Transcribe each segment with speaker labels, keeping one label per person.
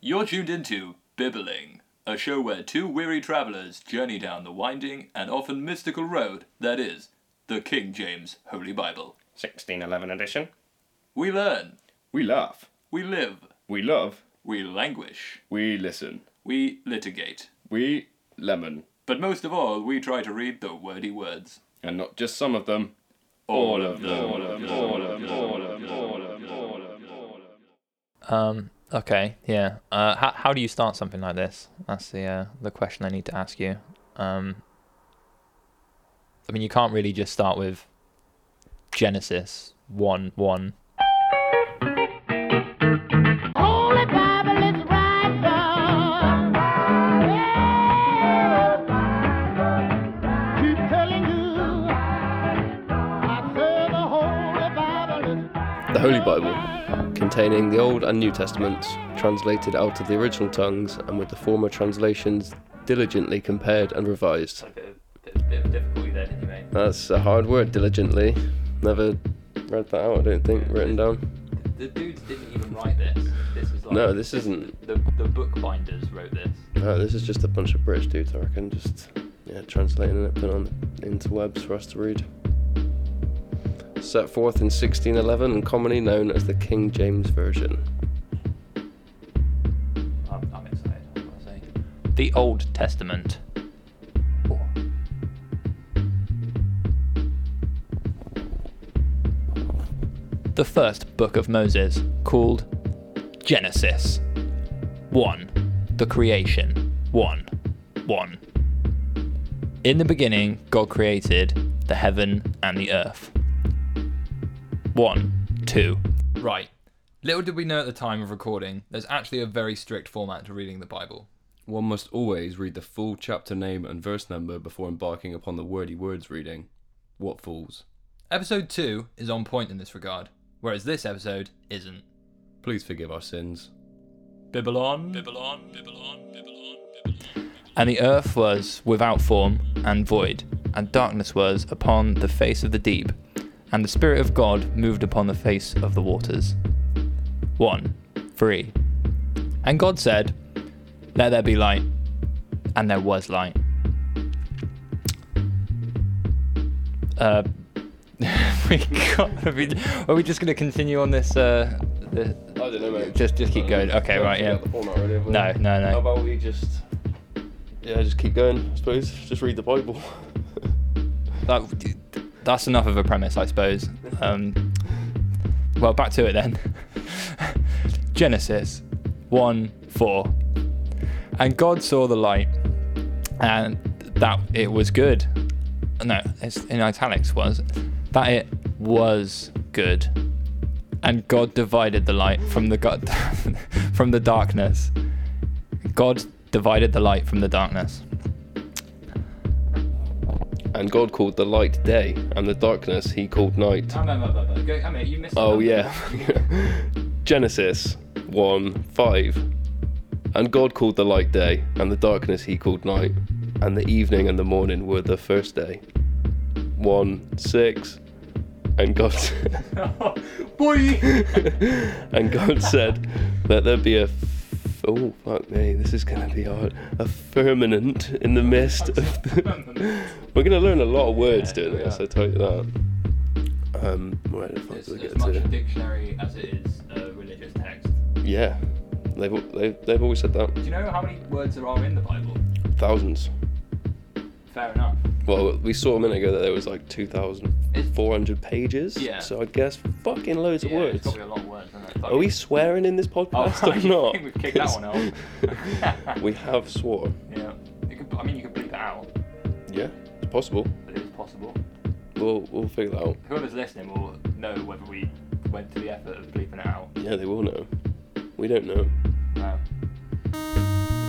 Speaker 1: You're tuned into Bibbling, a show where two weary travelers journey down the winding and often mystical road that is the King James Holy Bible.
Speaker 2: 1611 edition.
Speaker 1: We learn,
Speaker 2: We laugh.
Speaker 1: we live,
Speaker 2: We love.
Speaker 1: we languish,
Speaker 2: We listen.
Speaker 1: we litigate,
Speaker 2: We lemon.
Speaker 1: but most of all, we try to read the wordy words.
Speaker 2: And not just some of them.
Speaker 1: All of them.
Speaker 3: Um. Okay. Yeah. Uh. How, how do you start something like this? That's the uh, the question I need to ask you. Um. I mean, you can't really just start with Genesis one one.
Speaker 4: Holy Bible is right down. Keep telling you, I said the Holy Bible is.
Speaker 5: The Holy Bible, containing the Old and New Testaments, translated out of the original tongues and with the former translations diligently compared and revised.
Speaker 3: Bit of difficulty there, anyway.
Speaker 5: That's a hard word, diligently. Never read that out, I don't think, written down.
Speaker 3: The dudes didn't even write this. This was like
Speaker 5: No, this isn't.
Speaker 3: the the bookbinders wrote this.
Speaker 5: No, Uh, this is just a bunch of British dudes, I reckon, just yeah, translating it, putting it on the interwebs for us to read. Set forth in 1611 and commonly known as the King James Version.
Speaker 3: I'm, I'm excited. I'm gonna say. The Old Testament. Oh. The first book of Moses, called Genesis. 1. The creation. 1. 1. In the beginning, God created the heaven and the earth. 1. 2. Right. Little did we know at the time of recording, there's actually a very strict format to reading the Bible.
Speaker 6: One must always read the full chapter name and verse number before embarking upon the wordy words reading. What fools.
Speaker 3: Episode 2 is on point in this regard, whereas this episode isn't.
Speaker 6: Please forgive our sins.
Speaker 3: Babylon. Babylon. Babylon. Babylon. And the earth was without form and void, and darkness was upon the face of the deep, and the Spirit of God moved upon the face of the waters. 1. 3. And God said, Let there be light. And there was light. Uh, we got, are, we, are we just going to continue on this? Uh, the,
Speaker 5: I don't know, mate.
Speaker 3: Just, just keep going. Okay, right, yeah. No, no,
Speaker 5: How
Speaker 3: no.
Speaker 5: about we just yeah, just keep going. I suppose just read the Bible.
Speaker 3: That, that's enough of a premise, I suppose. Um, well, back to it then. Genesis 1 4. And God saw the light, and that it was good. No, it's in italics was that it was good. And God divided the light from the God, from the darkness. God divided the light from the darkness.
Speaker 5: and God called the light day, and the darkness He called night. Oh yeah. Genesis one five. And God called the light day, and the darkness He called night, and the evening and the morning were the first day. One six. And God. and God said, "Let there be a f- oh fuck me, this is gonna be hard. A firmament in the midst of. The- We're gonna learn a lot of words doing this. I tell you that. Um, where the fuck did I get to?
Speaker 3: dictionary as it is a religious text.
Speaker 5: Yeah, they've al- they've they've always said that.
Speaker 3: Do you know how many words there are in the Bible?
Speaker 5: Thousands.
Speaker 3: Fair enough.
Speaker 5: Well, we saw a minute ago that there was like two thousand four hundred pages.
Speaker 3: Yeah.
Speaker 5: So I guess fucking loads of words.
Speaker 3: a lot of words, isn't it?
Speaker 5: Are we swearing in this podcast or not?
Speaker 3: I think we've kicked that one out.
Speaker 5: we have swore.
Speaker 3: yeah. You could, I mean, you could bleep it out,
Speaker 5: Yeah, it's possible.
Speaker 3: but it is possible.
Speaker 5: We'll we'll figure that out.
Speaker 3: Whoever's listening will know whether we went to the effort of bleeping it out.
Speaker 5: Yeah, they will know. We don't know.
Speaker 3: No.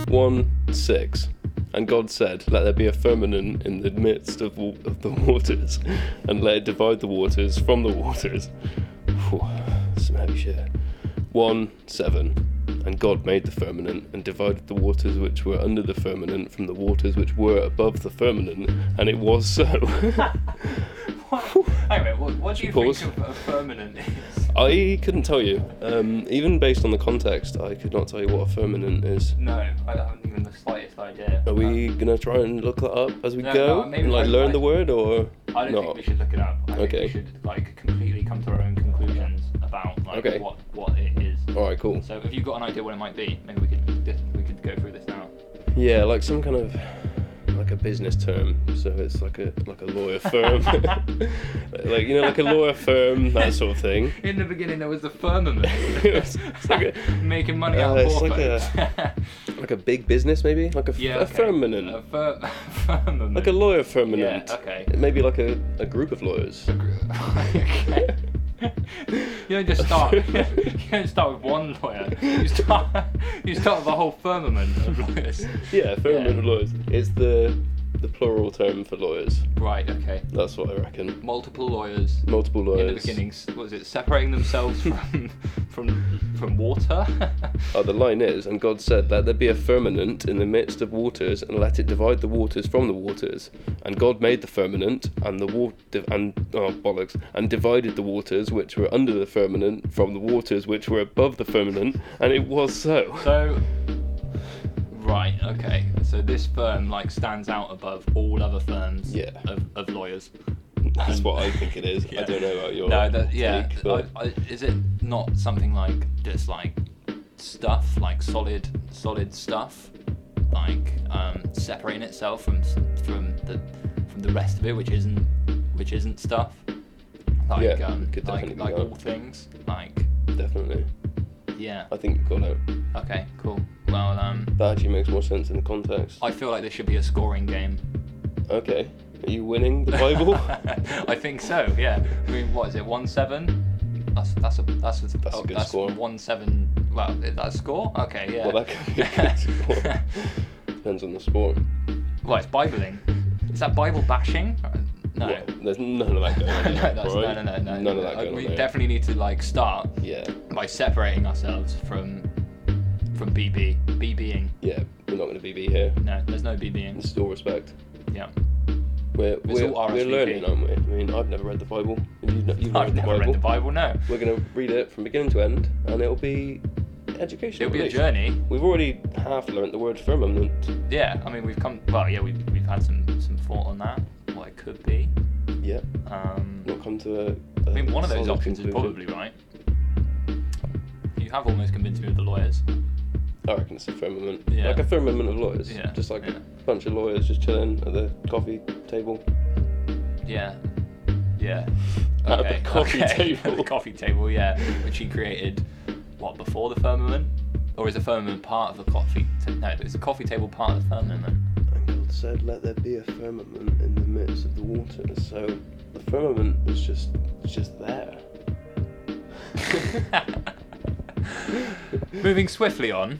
Speaker 5: One six. And God said, Let there be a firmament in the midst of, wa- of the waters, and let it divide the waters from the waters. Phew, some heavy shit. One seven. And God made the firmament, and divided the waters which were under the firmament from the waters which were above the firmament, and it was so.
Speaker 3: What? Hang a minute, what, what do you
Speaker 5: Pause.
Speaker 3: think of a permanent is?
Speaker 5: I couldn't tell you. Um, even based on the context, I could not tell you what a firmament is.
Speaker 1: No, I haven't even the slightest idea.
Speaker 5: Are we gonna try and look that up as we
Speaker 1: No,
Speaker 5: go?
Speaker 1: no, maybe
Speaker 5: and, like
Speaker 1: I-
Speaker 5: learn
Speaker 1: I-
Speaker 5: the word or
Speaker 1: I don't think
Speaker 5: not?
Speaker 1: we should look it up. I think
Speaker 5: Okay.
Speaker 1: we should like completely come to our own conclusions about like
Speaker 5: Okay.
Speaker 1: what what it is.
Speaker 5: All right, cool.
Speaker 1: So if you've got an idea what it might be, maybe we could we could go through this now.
Speaker 5: Yeah, like some kind of like a business term. So it's like a like a lawyer firm, like you know, like a lawyer firm, that sort of thing.
Speaker 1: In the beginning, there was the firmament.
Speaker 5: It's- it's like a-
Speaker 1: Making money
Speaker 5: Uh,
Speaker 1: out of
Speaker 5: it's
Speaker 1: poor
Speaker 5: like a-
Speaker 1: folks.
Speaker 5: Like a big business, maybe like a, f-
Speaker 1: yeah,
Speaker 5: a
Speaker 1: okay.
Speaker 5: firmament,
Speaker 1: A fir- firmament.
Speaker 5: like a lawyer firmament.
Speaker 1: Yeah, okay.
Speaker 5: Maybe like a, a group of lawyers.
Speaker 1: okay. you don't just start. you don't start with one lawyer. You start. You start with a whole firmament of lawyers.
Speaker 5: Yeah, firmament
Speaker 1: Yeah.
Speaker 5: of lawyers. It's the the plural term for lawyers.
Speaker 1: Right. Okay.
Speaker 5: That's what I reckon.
Speaker 1: Multiple lawyers.
Speaker 5: Multiple
Speaker 1: in
Speaker 5: lawyers.
Speaker 1: the beginning s- was it separating themselves from from from water
Speaker 5: Oh, the line is, and God said, Let there be a firmament in the midst of waters, and let it divide the waters from the waters. And God made the firmament, and the water, and oh bollocks, and divided the waters which were under the firmament from the waters which were above the firmament, and it was so.
Speaker 1: so right okay so this firm like stands out above all other firms
Speaker 5: Yeah.
Speaker 1: of, of lawyers
Speaker 5: That's what I think it is. I
Speaker 1: Yeah.
Speaker 5: don't know about your.
Speaker 1: no that, yeah
Speaker 5: take, but-
Speaker 1: I, I, is it not something like this like stuff like solid solid stuff like um separating itself from s- from the from the rest of it which isn't which isn't stuff like
Speaker 5: Yeah,
Speaker 1: um
Speaker 5: could
Speaker 1: like,
Speaker 5: definitely be
Speaker 1: like
Speaker 5: that.
Speaker 1: all things like
Speaker 5: Definitely.
Speaker 1: yeah
Speaker 5: I think you got it.
Speaker 1: okay cool well um
Speaker 5: That actually makes more sense in the context.
Speaker 1: i feel like this should be a scoring game
Speaker 5: Okay. Are you winning the Bible?
Speaker 1: I think so. Yeah. I mean, what is it? One seven. That's that's a that's a,
Speaker 5: That's a good score.
Speaker 1: One seven. Well, is that a score? Okay. Yeah.
Speaker 5: Well, that could be a good score. Depends on the sport.
Speaker 1: well, it's bibling. Is that Bible bashing? Uh, No.
Speaker 5: Well, there's none of that going on.
Speaker 1: no,
Speaker 5: there,
Speaker 1: that's, no,
Speaker 5: alright?
Speaker 1: no, no, no.
Speaker 5: None of
Speaker 1: Like,
Speaker 5: that going on.
Speaker 1: we
Speaker 5: there.
Speaker 1: definitely need to like start
Speaker 5: Yeah,
Speaker 1: by separating ourselves from from BB BBing.
Speaker 5: yeah. We're not going to be be here.
Speaker 1: No, there's no BBing.
Speaker 5: It's all respect.
Speaker 1: Yeah.
Speaker 5: We're we're,
Speaker 1: all
Speaker 5: we're
Speaker 1: RSVP.
Speaker 5: learning, aren't we? I mean, I've never read the Bible. You've, n- you've
Speaker 1: I've
Speaker 5: the
Speaker 1: never
Speaker 5: Bible.
Speaker 1: read the Bible. No.
Speaker 5: We're going to read it from beginning to end, and it'll be educational.
Speaker 1: It'll be a
Speaker 5: really.
Speaker 1: journey.
Speaker 5: We've already half learnt the word firmament.
Speaker 1: Yeah. I mean, we've come. Well, yeah, we've we've had some some thought on that. What it could be.
Speaker 5: Yeah,
Speaker 1: Um,
Speaker 5: not come to a.
Speaker 1: I mean, one of those options
Speaker 5: conclusion.
Speaker 1: is probably right. You have almost convinced me with the lawyers.
Speaker 5: I reckon it's a firmament.
Speaker 1: Yeah.
Speaker 5: Like a firmament of lawyers.
Speaker 1: Yeah,
Speaker 5: Just like
Speaker 1: yeah.
Speaker 5: a bunch of lawyers just chilling at the coffee table.
Speaker 1: Yeah. Yeah.
Speaker 5: At the coffee
Speaker 1: At the
Speaker 5: table.
Speaker 1: coffee table, yeah. Which he created, what, before the firmament? Or is the firmament part of the coffee? ta- no, is the coffee table part of the firmament?
Speaker 5: And God said, Let there be a firmament in the midst of the waters. So the firmament was just just there.
Speaker 3: Moving swiftly on.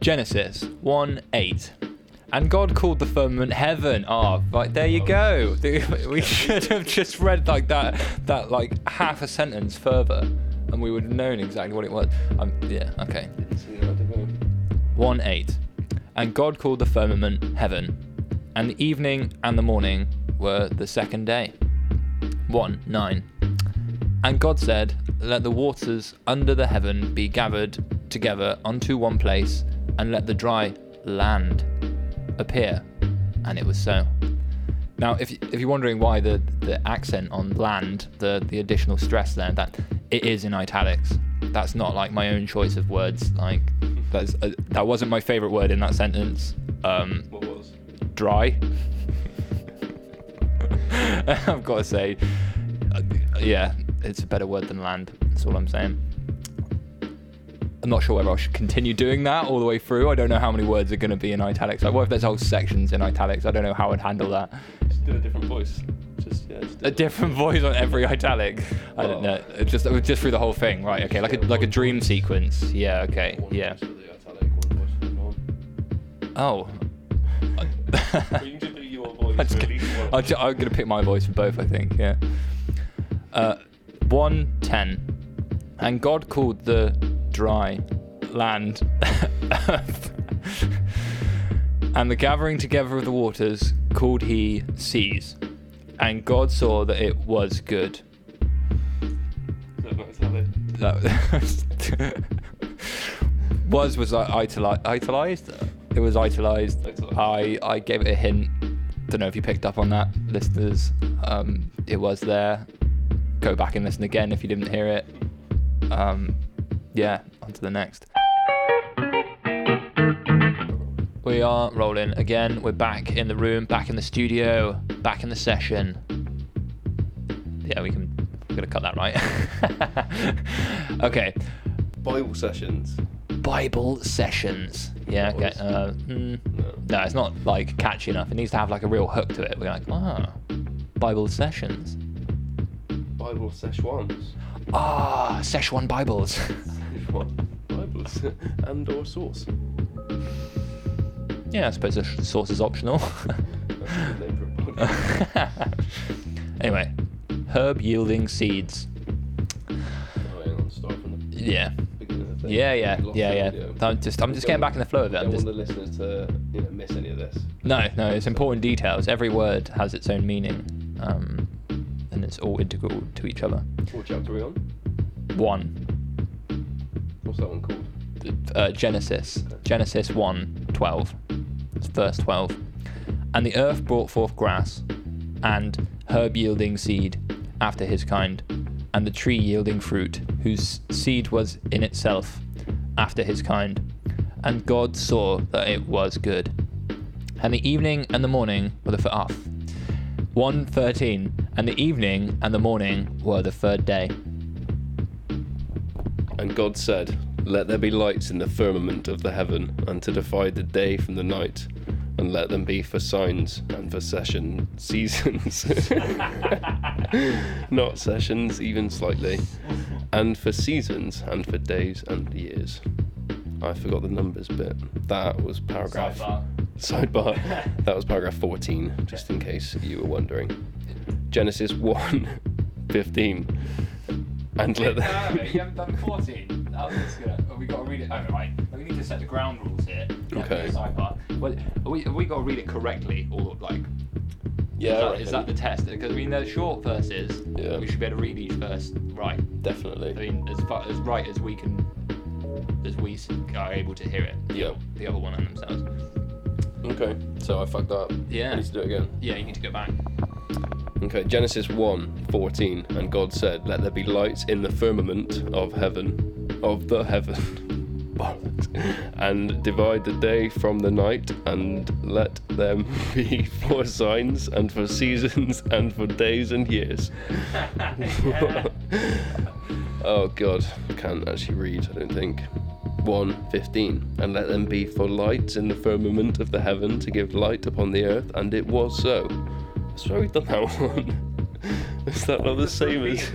Speaker 3: Genesis 1 8. And God called the firmament heaven. Ah, right there you go. We should have just read like that, that like half a sentence further, and we would have known exactly what it was. Um, yeah, okay.
Speaker 5: Didn't see that, did we?
Speaker 3: 1 8. And God called the firmament heaven. And the evening and the morning were the second day. 1 9. And God said, Let the waters under the heaven be gathered together unto one place, and let the dry land appear. And it was so. Now, if, if you're wondering why the, the accent on land, the, the additional stress there, that it is in italics. That's not like my own choice of words. Like that's uh that wasn't my favorite word in that sentence. Um,
Speaker 5: What was?
Speaker 3: dry. I've got to say, uh, yeah, it's a better word than land. That's all I'm saying. I'm not sure whether I should continue doing that all the way through. I don't know how many words are going to be in italics. Like, what if there's whole sections in italics? I don't know how I'd handle that.
Speaker 5: Just do a different voice. Just yeah, just do
Speaker 3: A different voice on every italic. I don't know. It just it was just through the whole thing, right? Okay, like a like a dream sequence. Yeah. Okay.
Speaker 5: One
Speaker 3: Yeah.
Speaker 5: voice for the italic, one voice for the non.
Speaker 3: Oh.
Speaker 5: But you can just do your voice
Speaker 3: I just
Speaker 5: for at
Speaker 3: g-
Speaker 5: least one.
Speaker 3: I ju- I'm gonna pick my voice for both, I think. Yeah. Uh, one ten, and God called the dry land earth, and the gathering together of the waters called he seas, and God saw that it was good. that was was like itali- italized. It was italized.
Speaker 5: Italized.
Speaker 3: I I gave it a hint. Don't know if you picked up on that, listeners. Um, it was there. Go back and listen again if you didn't hear it. Um, yeah, on to the next. We are rolling again. We're back in the room, back in the studio, back in the session. Yeah, we can. We're gonna cut that right. okay,
Speaker 5: Bible sessions.
Speaker 3: Bible sessions.
Speaker 5: Mm.
Speaker 3: Yeah. Okay. Uh, hmm. No, it's not like catchy enough. It needs to have like a real hook to it. We're like, ah, Bible sessions.
Speaker 5: Bible sessions.
Speaker 3: Ah, Szechuan Bibles.
Speaker 5: Bibles and or source.
Speaker 3: yeah, I suppose the sh- source is optional.
Speaker 5: That's a good name for a podcast.
Speaker 3: anyway, herb yielding seeds.
Speaker 5: Oh, hang on, start from the
Speaker 3: Yeah.
Speaker 5: beginning of the thing.
Speaker 3: Yeah, yeah,
Speaker 5: We lost
Speaker 3: yeah,
Speaker 5: the
Speaker 3: yeah.
Speaker 5: audio.
Speaker 3: I'm just, I'm just
Speaker 5: Don't-
Speaker 3: getting back in the flow of it. I'm
Speaker 5: Don't want
Speaker 3: just,
Speaker 5: the listeners to you know, miss any of this.
Speaker 3: no, no, it's important details. Every word has its own meaning, um, and it's all integral to each other.
Speaker 5: What chapter are we on?
Speaker 3: One,
Speaker 5: What's that one called?
Speaker 3: uh, Genesis, Genesis 1 12, It's verse 12. And the earth brought forth grass, and herb yielding seed after his kind, and the tree yielding fruit, whose seed was in itself after his kind. And God saw that it was good. And the evening and the morning were the fir- ah, f- 1:13, and the evening and the morning were the third day.
Speaker 5: And God said, Let there be lights in the firmament of the heaven, and to divide the day from the night, and let them be for signs and for session seasons. Not sessions, even slightly. And for seasons, and for days and years. I forgot the numbers bit. That was paragraph.
Speaker 1: Sidebar.
Speaker 5: Sidebar. that was paragraph 14, just in case you were wondering. Genesis 1 15. And let there.
Speaker 1: you haven't done 14. That was good. Oh, we got to read it. Oh, right. We need to set the ground rules here.
Speaker 5: Okay.
Speaker 1: Sidebar. Well, have we, have we got to read it correctly, or like,
Speaker 5: Yeah, I
Speaker 1: is, that, is
Speaker 5: reckon.
Speaker 1: that the test? Because we know short verses.
Speaker 5: Yeah.
Speaker 1: We should be able to read each verse right. I
Speaker 5: Definitely.
Speaker 1: mean, as far as right as we can, as we s- are able to hear it.
Speaker 5: Yeah.
Speaker 1: The other one and themselves.
Speaker 5: Okay. So I fucked up.
Speaker 1: Yeah.
Speaker 5: I need to do it again.
Speaker 1: Yeah, you need to go back.
Speaker 5: Okay. Genesis 1 14. And God said, Let there be lights in the firmament of heaven, of the heaven. Bollocks. And divide the day from the night, and let them be for signs, and for seasons, and for days and years. oh god, I can't actually read, I don't think. 1 15 and let them be for lights in the firmament of the heaven to give light upon the earth and it was so so we've done that one is that not the same as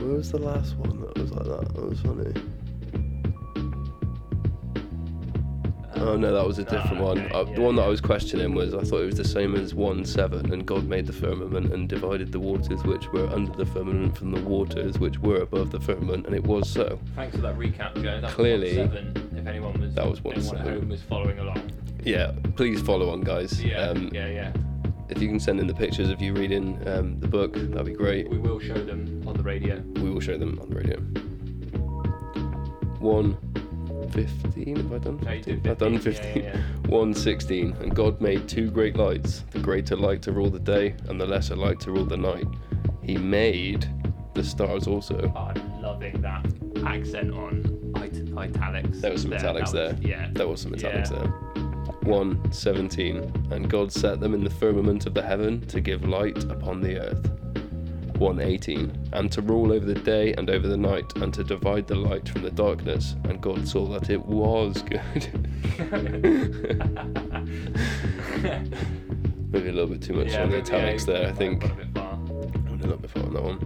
Speaker 5: where was the last one that was like that that was funny
Speaker 1: Uh,
Speaker 5: oh no that was a different one Uh the one that i was questioning was i thought it was the same as 1 7 and god made the firmament and divided the waters which were under the firmament from the waters which were above the firmament and it was so
Speaker 1: Thanks for that recap, Joe. That was
Speaker 5: Clearly,
Speaker 1: seven, if anyone was,
Speaker 5: that was one
Speaker 1: anyone at
Speaker 5: seven.
Speaker 1: home was following along.
Speaker 5: Yeah, please follow on, guys.
Speaker 1: Yeah,
Speaker 5: um,
Speaker 1: yeah, yeah.
Speaker 5: If you can send in the pictures of you reading um, the book, that'd be great.
Speaker 1: We will show them on the radio.
Speaker 5: We will show them on the radio. One fifteen. Have I done?
Speaker 1: No, you did
Speaker 5: 15? I've done
Speaker 1: 15, yeah,
Speaker 5: fifteen.
Speaker 1: yeah, yeah.
Speaker 5: One sixteen. And God made two great lights: the greater light to rule the day, and the lesser light to rule the night. He made the stars also.
Speaker 1: I'm loving that accent on it- italics.
Speaker 5: There was some italics
Speaker 1: that
Speaker 5: there.
Speaker 1: was- Yeah.
Speaker 5: There was some italics
Speaker 1: Yeah.
Speaker 5: there. 117. And God set them in the firmament of the heaven to give light upon the earth. 118. And to rule over the day and over the night, and to divide the light from the darkness. And God saw that it was good. Maybe a little bit too much on the
Speaker 1: maybe, yeah,
Speaker 5: italics there, I
Speaker 1: I've
Speaker 5: think.
Speaker 1: gone a bit far.
Speaker 5: I'm not before on that one.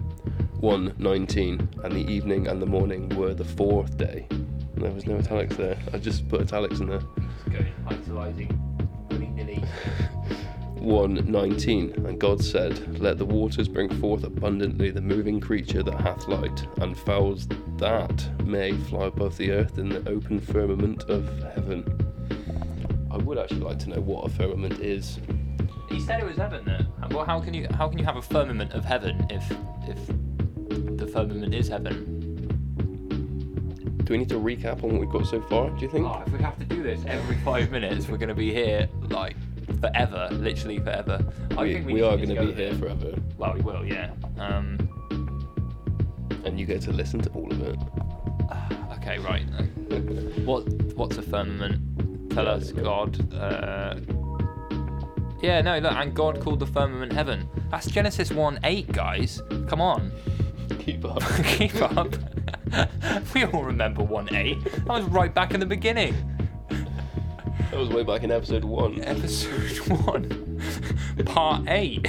Speaker 5: 119, and the evening and the morning were the fourth day. And There was no italics there. I just put italics in there.
Speaker 1: Just going italizing willy nilly.
Speaker 5: 119, and God said, Let the waters bring forth abundantly the moving creature that hath light, and fowls that may fly above the earth in the open firmament of heaven. I would actually like to know what a firmament is.
Speaker 1: You said it was heaven, though. Well, how can you how can you have a firmament of heaven if if the firmament is heaven.
Speaker 5: Do we need to recap on what we've got so far? Do you think?
Speaker 1: Oh, if we have to do this every five minutes, we're gonna be here like forever, literally forever. I
Speaker 5: we
Speaker 1: think
Speaker 5: we
Speaker 1: just
Speaker 5: are
Speaker 1: need
Speaker 5: going to
Speaker 1: go
Speaker 5: be here forever,
Speaker 1: Well, we will, yeah. Um,
Speaker 5: and you get to listen to all of it.
Speaker 1: okay, right. What what's a firmament? Tell us, God. Uh, yeah, no, look, and God called the firmament heaven. That's Genesis one eight, guys. Come on,
Speaker 5: Keep up.
Speaker 1: keep up. we all remember one eight. That was right back in the beginning,
Speaker 5: That was way back in episode one.
Speaker 1: episode one, part eight.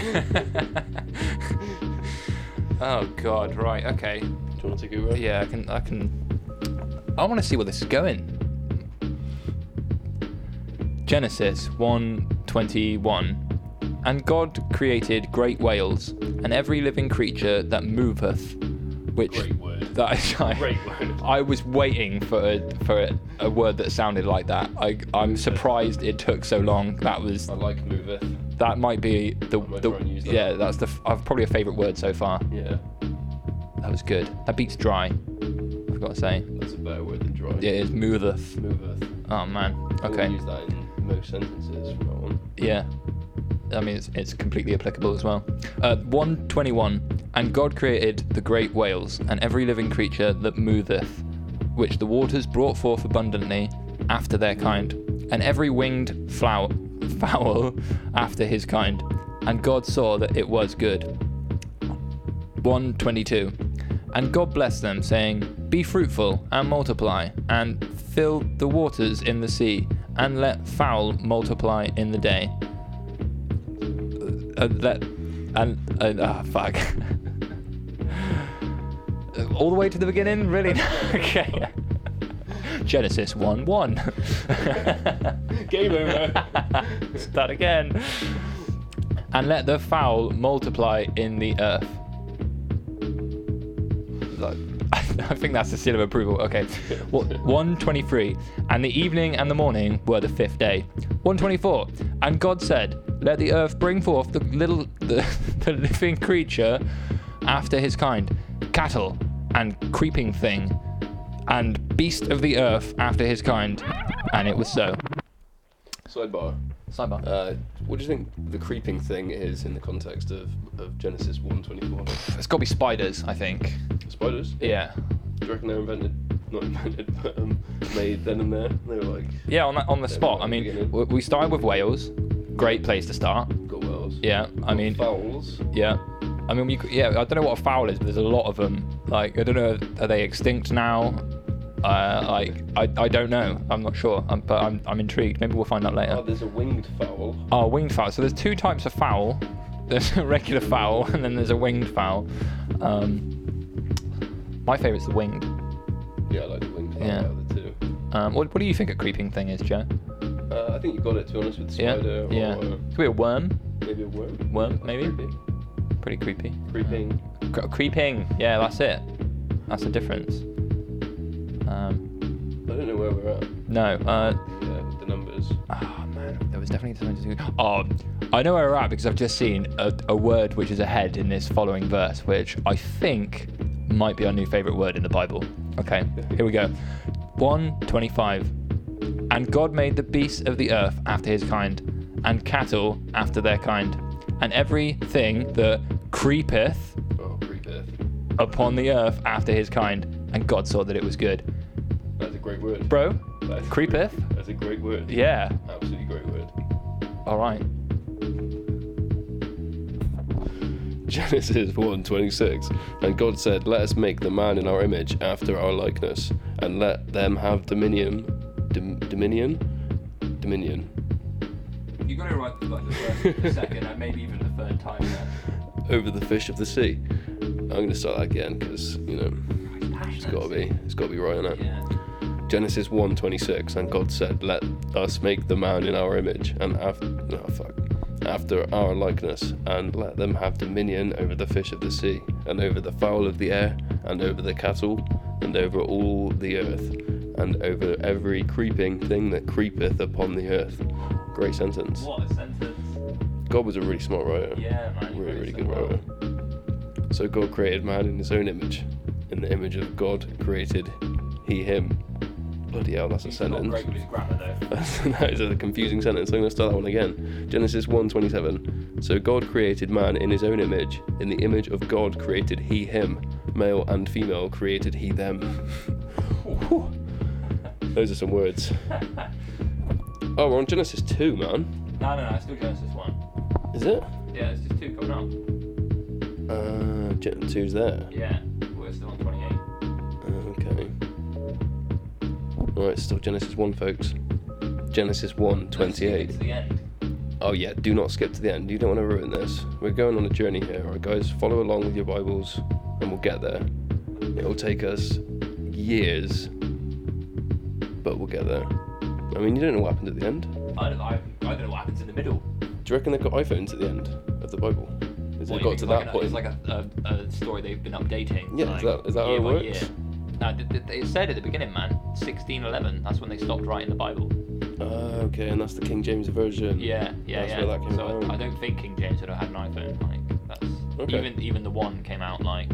Speaker 1: oh God, right, okay.
Speaker 5: Do you want to take over?
Speaker 3: Yeah, I can. I can. I want to see where this is going. Genesis 1:21 And God created great whales and every living creature that moveth which
Speaker 2: Great word.
Speaker 3: that is I,
Speaker 2: Great word.
Speaker 3: I was waiting for a, for a, a word that sounded like that. I I'm surprised it took so long. That was
Speaker 5: I like moveth.
Speaker 3: that might be the,
Speaker 5: might
Speaker 3: the
Speaker 5: try and use that.
Speaker 3: yeah, that's the f- I've probably a favorite word so far.
Speaker 5: Yeah,
Speaker 3: That was good. That beats dry. I've got to say.
Speaker 5: that's a better word than dry.
Speaker 3: Yeah, it's moveth.
Speaker 5: Moveth.
Speaker 3: Oh man.
Speaker 5: We'll
Speaker 3: Okay.
Speaker 5: use that in most sentences from now on.
Speaker 3: Yeah. I mean, it's, it's completely applicable as well. Uh, 121. And God created the great whales and every living creature that moveth, which the waters brought forth abundantly after their kind, and every winged flower, fowl after his kind. And God saw that it was good. 122. And God blessed them, saying, Be fruitful and multiply, and fill the waters in the sea, and let fowl multiply in the day. Uh, let and and ah fuck. All the way to the beginning, really? okay. Genesis one one.
Speaker 5: Game over.
Speaker 3: Start again. And let the fowl multiply in the earth. Like, I think that's the seal of approval. Okay. Well, 123. And the evening and the morning were the fifth day. 124. And God said, Let the earth bring forth the little the, the living creature after his kind, cattle and creeping thing, and beast of the earth after his kind. And it was so.
Speaker 5: Sidebar.
Speaker 3: Sidebar.
Speaker 5: Uh, what do you think the creeping thing is in the context of, of Genesis 124?
Speaker 3: It's got to be spiders, I think.
Speaker 5: Spiders?
Speaker 3: Yeah.
Speaker 5: Do you reckon they were invented? Not invented, but um, made then and there. They were like,
Speaker 3: Yeah, on the, on the spot. I mean, w- we started with Wales. Great place to start.
Speaker 5: got wells.
Speaker 3: Yeah, I mean,
Speaker 5: Fowls.
Speaker 3: yeah. I mean, you, c- yeah, I don't know what a fowl is, but there's a lot of them. Like, I don't know, are they extinct now? Uh, like, I, I don't know. I'm not sure, i but I'm, I'm intrigued. Maybe we'll find out
Speaker 5: Oh,
Speaker 3: later.
Speaker 5: there's a winged fowl.
Speaker 3: Oh, winged fowl. So there's two types of fowl. There's a regular fowl, and then there's a winged fowl. Um, my favourite's the winged.
Speaker 5: Yeah, I like the winged fowl
Speaker 3: Yeah.
Speaker 5: out of the two.
Speaker 3: Um, what, what do you think a creeping thing is, Joe?
Speaker 5: Uh, I think you got it, to be honest, with
Speaker 3: Yeah,
Speaker 5: spider
Speaker 3: yeah.
Speaker 5: or uh,
Speaker 3: Could be a worm.
Speaker 5: maybe a worm.
Speaker 3: Worm, maybe.
Speaker 5: Creeping.
Speaker 3: Pretty creepy.
Speaker 5: Creeping.
Speaker 3: Cre- creeping. Yeah, that's it. That's the difference. Um,
Speaker 5: I don't know where we're at.
Speaker 3: no. Uh,
Speaker 5: Yeah, with the numbers.
Speaker 3: oh man, there was definitely something to do. Oh, I know where we're at because I've just seen a, a word which is ahead in this following verse, which I think might be our new favorite word in the Bible. Okay, here we go. 125. And God made the beasts of the earth after his kind, and cattle after their kind, and every thing that creepeth
Speaker 5: Oh, creepeth.
Speaker 3: upon the earth after his kind, and God saw that it was good.
Speaker 5: That's a great word.
Speaker 3: Bro,
Speaker 5: That's a
Speaker 3: creepeth?
Speaker 5: great- That's a great word.
Speaker 3: Yeah,
Speaker 5: Absolutely great word.
Speaker 3: all right.
Speaker 5: Genesis 1:26 And God said, Let us make the man in our image after our likeness, and let them have dominion. Dom- dominion? Dominion.
Speaker 1: You got it right like the first, the second, and maybe even the third time. There.
Speaker 5: Over the fish of the sea. I'm going to start that again because, you know, it's got to be. It's got to be right on it.
Speaker 1: Yeah.
Speaker 5: Genesis 1:26 and God said, "Let us make the man in our image and after fuck, after our likeness and let them have dominion over the fish of the sea and over the fowl of the air and over the cattle and over all the earth and over every creeping thing that creepeth upon the earth." Great sentence.
Speaker 1: What a sentence.
Speaker 5: God was a really smart writer.
Speaker 1: Yeah, man. you wrote
Speaker 5: Really,
Speaker 1: it
Speaker 5: really
Speaker 1: so
Speaker 5: good
Speaker 1: well.
Speaker 5: writer. So God created man in his own image. In the image of God created he him. Bloody hell, that's a sentence.
Speaker 1: Not great with his grammar though.
Speaker 5: that is a confusing sentence. I'm going to start that one again. Genesis 1:27. So God created man in his own image. In the image of God created he him. Male and female created he them. Whew. Those are some words. Oh, we're on Genesis 2, man.
Speaker 1: No, no, no. It's still Genesis one.
Speaker 5: Is it?
Speaker 1: Yeah, it's just two coming up.
Speaker 5: Uh, Gen 2's there.
Speaker 1: Yeah, we're still on 28.
Speaker 5: Okay. Alright, still Genesis 1, folks. Genesis 1,
Speaker 1: It's
Speaker 5: 28.
Speaker 1: the end.
Speaker 5: Oh, yeah, do not skip to the end. You don't want to ruin this. We're going on a journey here, alright, guys? Follow along with your Bibles and we'll get there. It'll take us years, but we'll get there. I mean, you don't know what happened at the end. Do
Speaker 1: I don't, I, I don't know what happens in the middle.
Speaker 5: you reckon they got iPhones at the end of the Bible? Has
Speaker 1: What
Speaker 5: it
Speaker 1: do you
Speaker 5: got to
Speaker 1: think,
Speaker 5: that
Speaker 1: like an-
Speaker 5: point?
Speaker 1: It's like a, a, a story they've been updating.
Speaker 5: Yeah,
Speaker 1: like,
Speaker 5: is that- is that how
Speaker 1: year
Speaker 5: it
Speaker 1: by
Speaker 5: works?
Speaker 1: year. No, th- th- it said at the beginning, man, 1611. That's when they stopped writing the Bible.
Speaker 5: Ah, okay, and that's the King James Version.
Speaker 1: Yeah, yeah,
Speaker 5: That's
Speaker 1: yeah.
Speaker 5: where that came
Speaker 1: so
Speaker 5: out.
Speaker 1: I don't think King James would have had an iPhone. Like that's
Speaker 5: Okay.
Speaker 1: even even the one came out like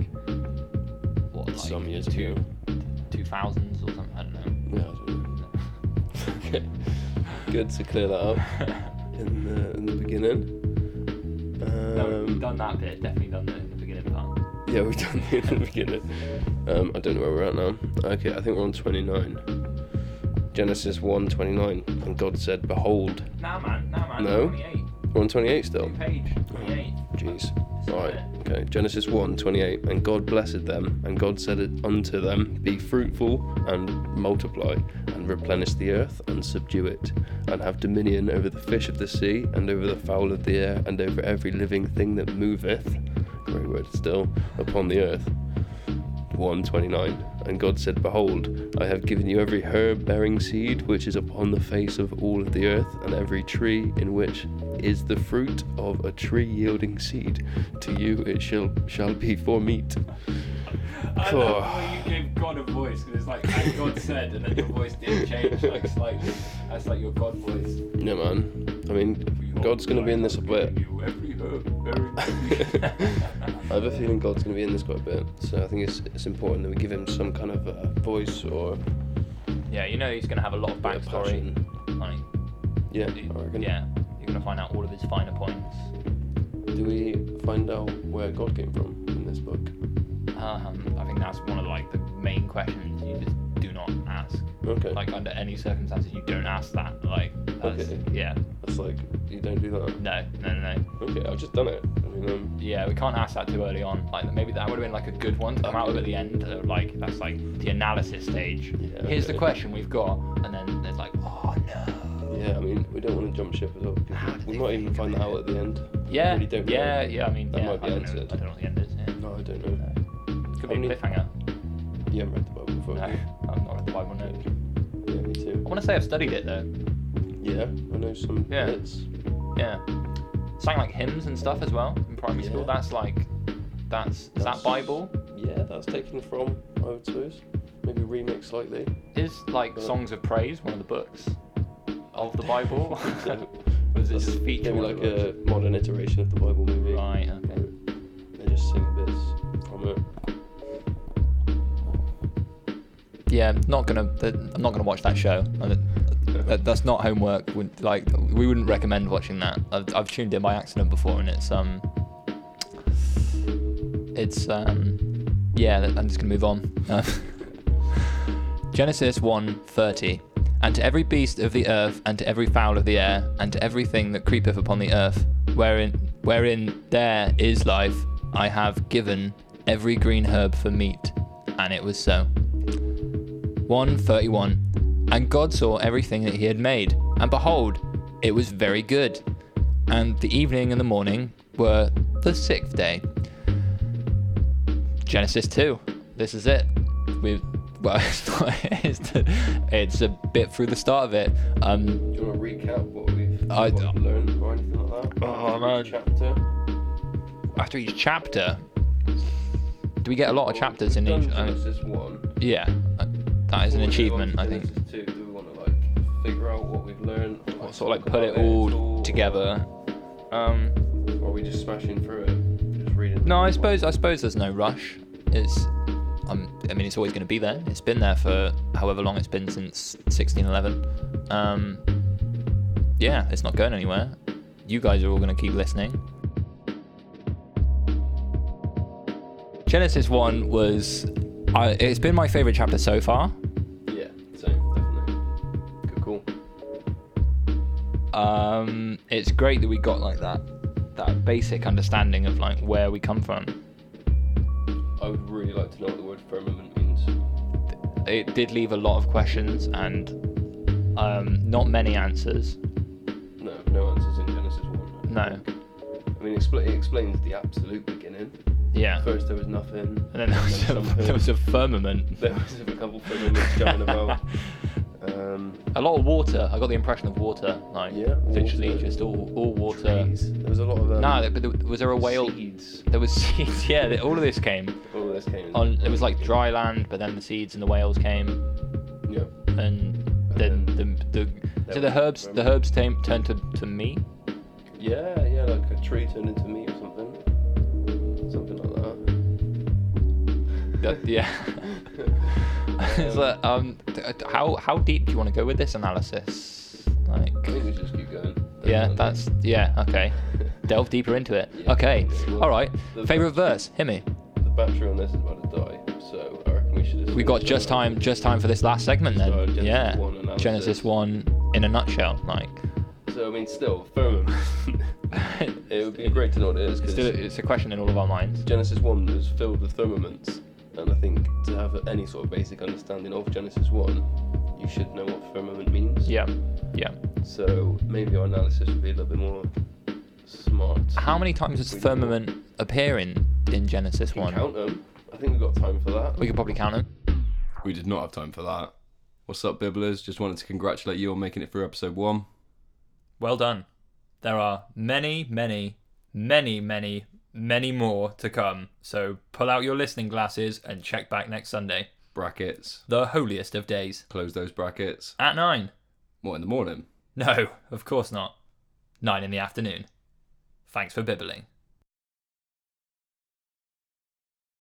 Speaker 1: what like
Speaker 5: Some years
Speaker 1: two
Speaker 5: ago.
Speaker 1: two thousands or something. I don't know.
Speaker 5: Yeah, I don't know. Okay. Good to clear that up in the, in the beginning.
Speaker 1: no, we've
Speaker 5: Um,
Speaker 1: done that bit. Definitely done the, the beginning part.
Speaker 5: yeah, we've done the, in the beginning. Um, I don't know where we're at now. Okay, I think we're on 29. Genesis 1 29. And God said, Behold.
Speaker 1: Nah, man. Nah, man.
Speaker 5: No?
Speaker 1: 28.
Speaker 5: We're on 28 still.
Speaker 1: New page. 28.
Speaker 5: Jeez. Right, okay. Genesis 1 28. And God blessed them, and God said it unto them, Be fruitful and multiply, and replenish the earth, and subdue it, and have dominion over the fish of the sea, and over the fowl of the air, and over every living thing that moveth. Great word still, upon the earth. 129 and god said behold i have given you every herb bearing seed which is upon the face of all of the earth and every tree in which is the fruit of a tree yielding seed to you it shall shall be for meat Oh,
Speaker 1: I
Speaker 5: Cool.
Speaker 1: love how you gave God a voice because it's like and God said, and then your voice did change like slightly. That's like your God voice.
Speaker 5: yeah man i mean god's gonna be in this a bit
Speaker 1: You every herb, very-
Speaker 5: i have a feeling god's gonna be in this quite a bit so i think it's, it's important that we give him some kind of uh, voice or
Speaker 1: yeah, you know he's gonna have a lot of
Speaker 5: bit of
Speaker 1: backstory.
Speaker 5: passion.
Speaker 1: Like,
Speaker 5: yeah
Speaker 1: it-
Speaker 5: I reckon.
Speaker 1: yeah, you're gonna find out all of his finer points.
Speaker 5: do we find out where god came from in this book
Speaker 1: Um, I think that's one of like the main questions you just do not ask.
Speaker 5: okay
Speaker 1: Like under any circumstances, you don't ask that. Like, that's,
Speaker 5: Okay.
Speaker 1: yeah,
Speaker 5: that's like you don't do that
Speaker 1: no, no, no, no.
Speaker 5: Okay, I've just done it. I mean, um,
Speaker 1: Yeah, we can't ask that too early on. Like maybe that would have been like a good one to come out with at the end. Of, like that's like the analysis stage.
Speaker 5: Yeah,
Speaker 1: Here's the
Speaker 5: okay.
Speaker 1: question we've got, and then there's like, oh no.
Speaker 5: yeah, I mean, we don't want to jump ship as well.
Speaker 1: How did
Speaker 5: We
Speaker 1: they
Speaker 5: might even
Speaker 1: think
Speaker 5: find
Speaker 1: of
Speaker 5: that
Speaker 1: it?
Speaker 5: out at the end. We
Speaker 1: Yeah,
Speaker 5: really don't know.
Speaker 1: yeah, yeah. I mean,
Speaker 5: That
Speaker 1: yeah,
Speaker 5: might be
Speaker 1: I don't know-
Speaker 5: answered.
Speaker 1: I don't know what the end is. Yeah.
Speaker 5: No, I don't know.
Speaker 1: Could be
Speaker 5: I
Speaker 1: a
Speaker 5: mean-
Speaker 1: cliffhanger.
Speaker 5: You haven't read the Bible before.
Speaker 1: No,
Speaker 5: have
Speaker 1: I've not read the Bible. No.
Speaker 5: you? Yeah, me
Speaker 1: I
Speaker 5: too.
Speaker 1: want to say I've studied it though.
Speaker 5: Yeah, I know some
Speaker 1: Yeah.
Speaker 5: bits.
Speaker 1: Yeah, sang like hymns and stuff as well in primary school.
Speaker 5: Yeah.
Speaker 1: That's like, that's, is
Speaker 5: That's-
Speaker 1: that Bible?
Speaker 5: Yeah, that's taken from, I would suppose. Maybe remixed slightly.
Speaker 1: Is like
Speaker 5: But-
Speaker 1: songs of praise one of the books of the Bible?
Speaker 5: So,
Speaker 1: Was it
Speaker 5: that's
Speaker 1: just feature
Speaker 5: Maybe
Speaker 1: one of
Speaker 5: like
Speaker 1: the books?
Speaker 5: a modern iteration of the Bible movie.
Speaker 1: Right, okay.
Speaker 5: They just sing bits from it.
Speaker 3: yeah, not gonna. I'm not gonna watch that show. I don't- that- that's not homework. Would- Like, we wouldn't recommend watching that. I've, I've tuned in by accident before, and it's um, it's um, yeah. I'm just gonna move on. Uh, Genesis 1:30. And to every beast of the earth, and to every fowl of the air, and to everything that creepeth upon the earth, wherein wherein there is life, I have given every green herb for meat. And it was so. 1:31 And God saw everything that he had made, and behold, it was very good. And the evening and the morning were the sixth day. Genesis 2. This is it. We well, it's not. It's, the, it's a bit through the start of it. Um,
Speaker 5: Do you want to recap what we've,
Speaker 3: I-
Speaker 5: what we've learned or anything like that?
Speaker 3: Oh,
Speaker 5: man. Chapter.
Speaker 3: after each chapter, do we get a lot of chapters in each? uh,
Speaker 5: Genesis 1.
Speaker 3: yeah, uh, that is an achievement, I think.
Speaker 5: Two, do we want to like figure out what we've learned? Or,
Speaker 3: Or sort of like
Speaker 5: talk
Speaker 3: put it
Speaker 5: about at
Speaker 3: all together. Um,
Speaker 5: Or are we just smashing through it? Just
Speaker 6: read it.
Speaker 3: No, I suppose I suppose there's no rush. It's, um, I mean, it's always going to be there. It's been there for however long it's been since 1611. Um, yeah, it's not going anywhere. You guys are all going to keep listening. Genesis one was, I, it's been my favorite chapter so far.
Speaker 5: Yeah, same, definitely. Good call.
Speaker 3: Um, it's great that we got like that, that basic understanding of like where we come from.
Speaker 5: I would really like to know what the word firmament means.
Speaker 3: it did leave a lot of questions and um, not many answers.
Speaker 5: No, no answers in Genesis 1.
Speaker 3: No.
Speaker 5: I mean, expl- it explains the absolute beginning.
Speaker 3: Yeah.
Speaker 5: First, there was nothing.
Speaker 3: And then there was a, there was a firmament.
Speaker 5: there was a couple firmaments going about. Um,
Speaker 3: A lot of water. I got the impression of water. Like,
Speaker 5: Yeah,
Speaker 3: literally
Speaker 5: water.
Speaker 3: just all, all water.
Speaker 5: trees. There was a lot of. Um,
Speaker 3: No, but there, was there a whale?
Speaker 5: Seeds.
Speaker 3: There was seeds. Yeah, that- all of this came
Speaker 5: All of this came.
Speaker 3: on. It was like dry land, but then the seeds and the whales came,
Speaker 5: Yeah.
Speaker 3: and then the the, so the herbs the herbs came, turned to, to meat.
Speaker 5: Yeah, yeah, like a tree turned into meat or something. Something like that.
Speaker 3: That- yeah. it's like, um, t- t- how how deep do you want to go with this analysis? Like,
Speaker 5: I think we should just keep going.
Speaker 3: yeah, that's yeah, okay. Delve deeper into it.
Speaker 5: Yeah,
Speaker 3: okay,
Speaker 5: yeah, well,
Speaker 3: all right.
Speaker 5: the-
Speaker 3: Favorite verse? Hit me.
Speaker 5: The battery on this is about to die, so I reckon we should. just
Speaker 3: We got
Speaker 5: finish
Speaker 3: just
Speaker 5: on
Speaker 3: time, just time for this last segment then.
Speaker 5: So, Genesis
Speaker 3: yeah,
Speaker 5: 1 analysis.
Speaker 3: Genesis one in a nutshell, like.
Speaker 5: that. So I mean, still firmament. it would be great to know what it is
Speaker 3: It's, still,
Speaker 5: because
Speaker 3: it's a question in all of our minds.
Speaker 5: Genesis one was filled with firmaments, and I think to have any sort of basic understanding of Genesis one, you should know what firmament means.
Speaker 3: Yeah, yeah.
Speaker 5: So maybe our analysis would be a little bit more smart.
Speaker 3: How many times does
Speaker 5: We-
Speaker 3: firmament appear in in Genesis
Speaker 5: We can
Speaker 3: one?
Speaker 5: count them. I think we've got time for that.
Speaker 3: We could probably count them.
Speaker 6: We did not have time for that. What's up, Bibblers? Just wanted to congratulate you on making it through episode one.
Speaker 7: Well done. There are many, many, many, many, many more to come. So pull out your listening glasses and check back next Sunday,
Speaker 6: Brackets.
Speaker 7: the holiest of days,
Speaker 6: Close those brackets.
Speaker 7: at nine.
Speaker 6: What in the morning?
Speaker 7: No, of course not. Nine in the afternoon. Thanks for bibbling.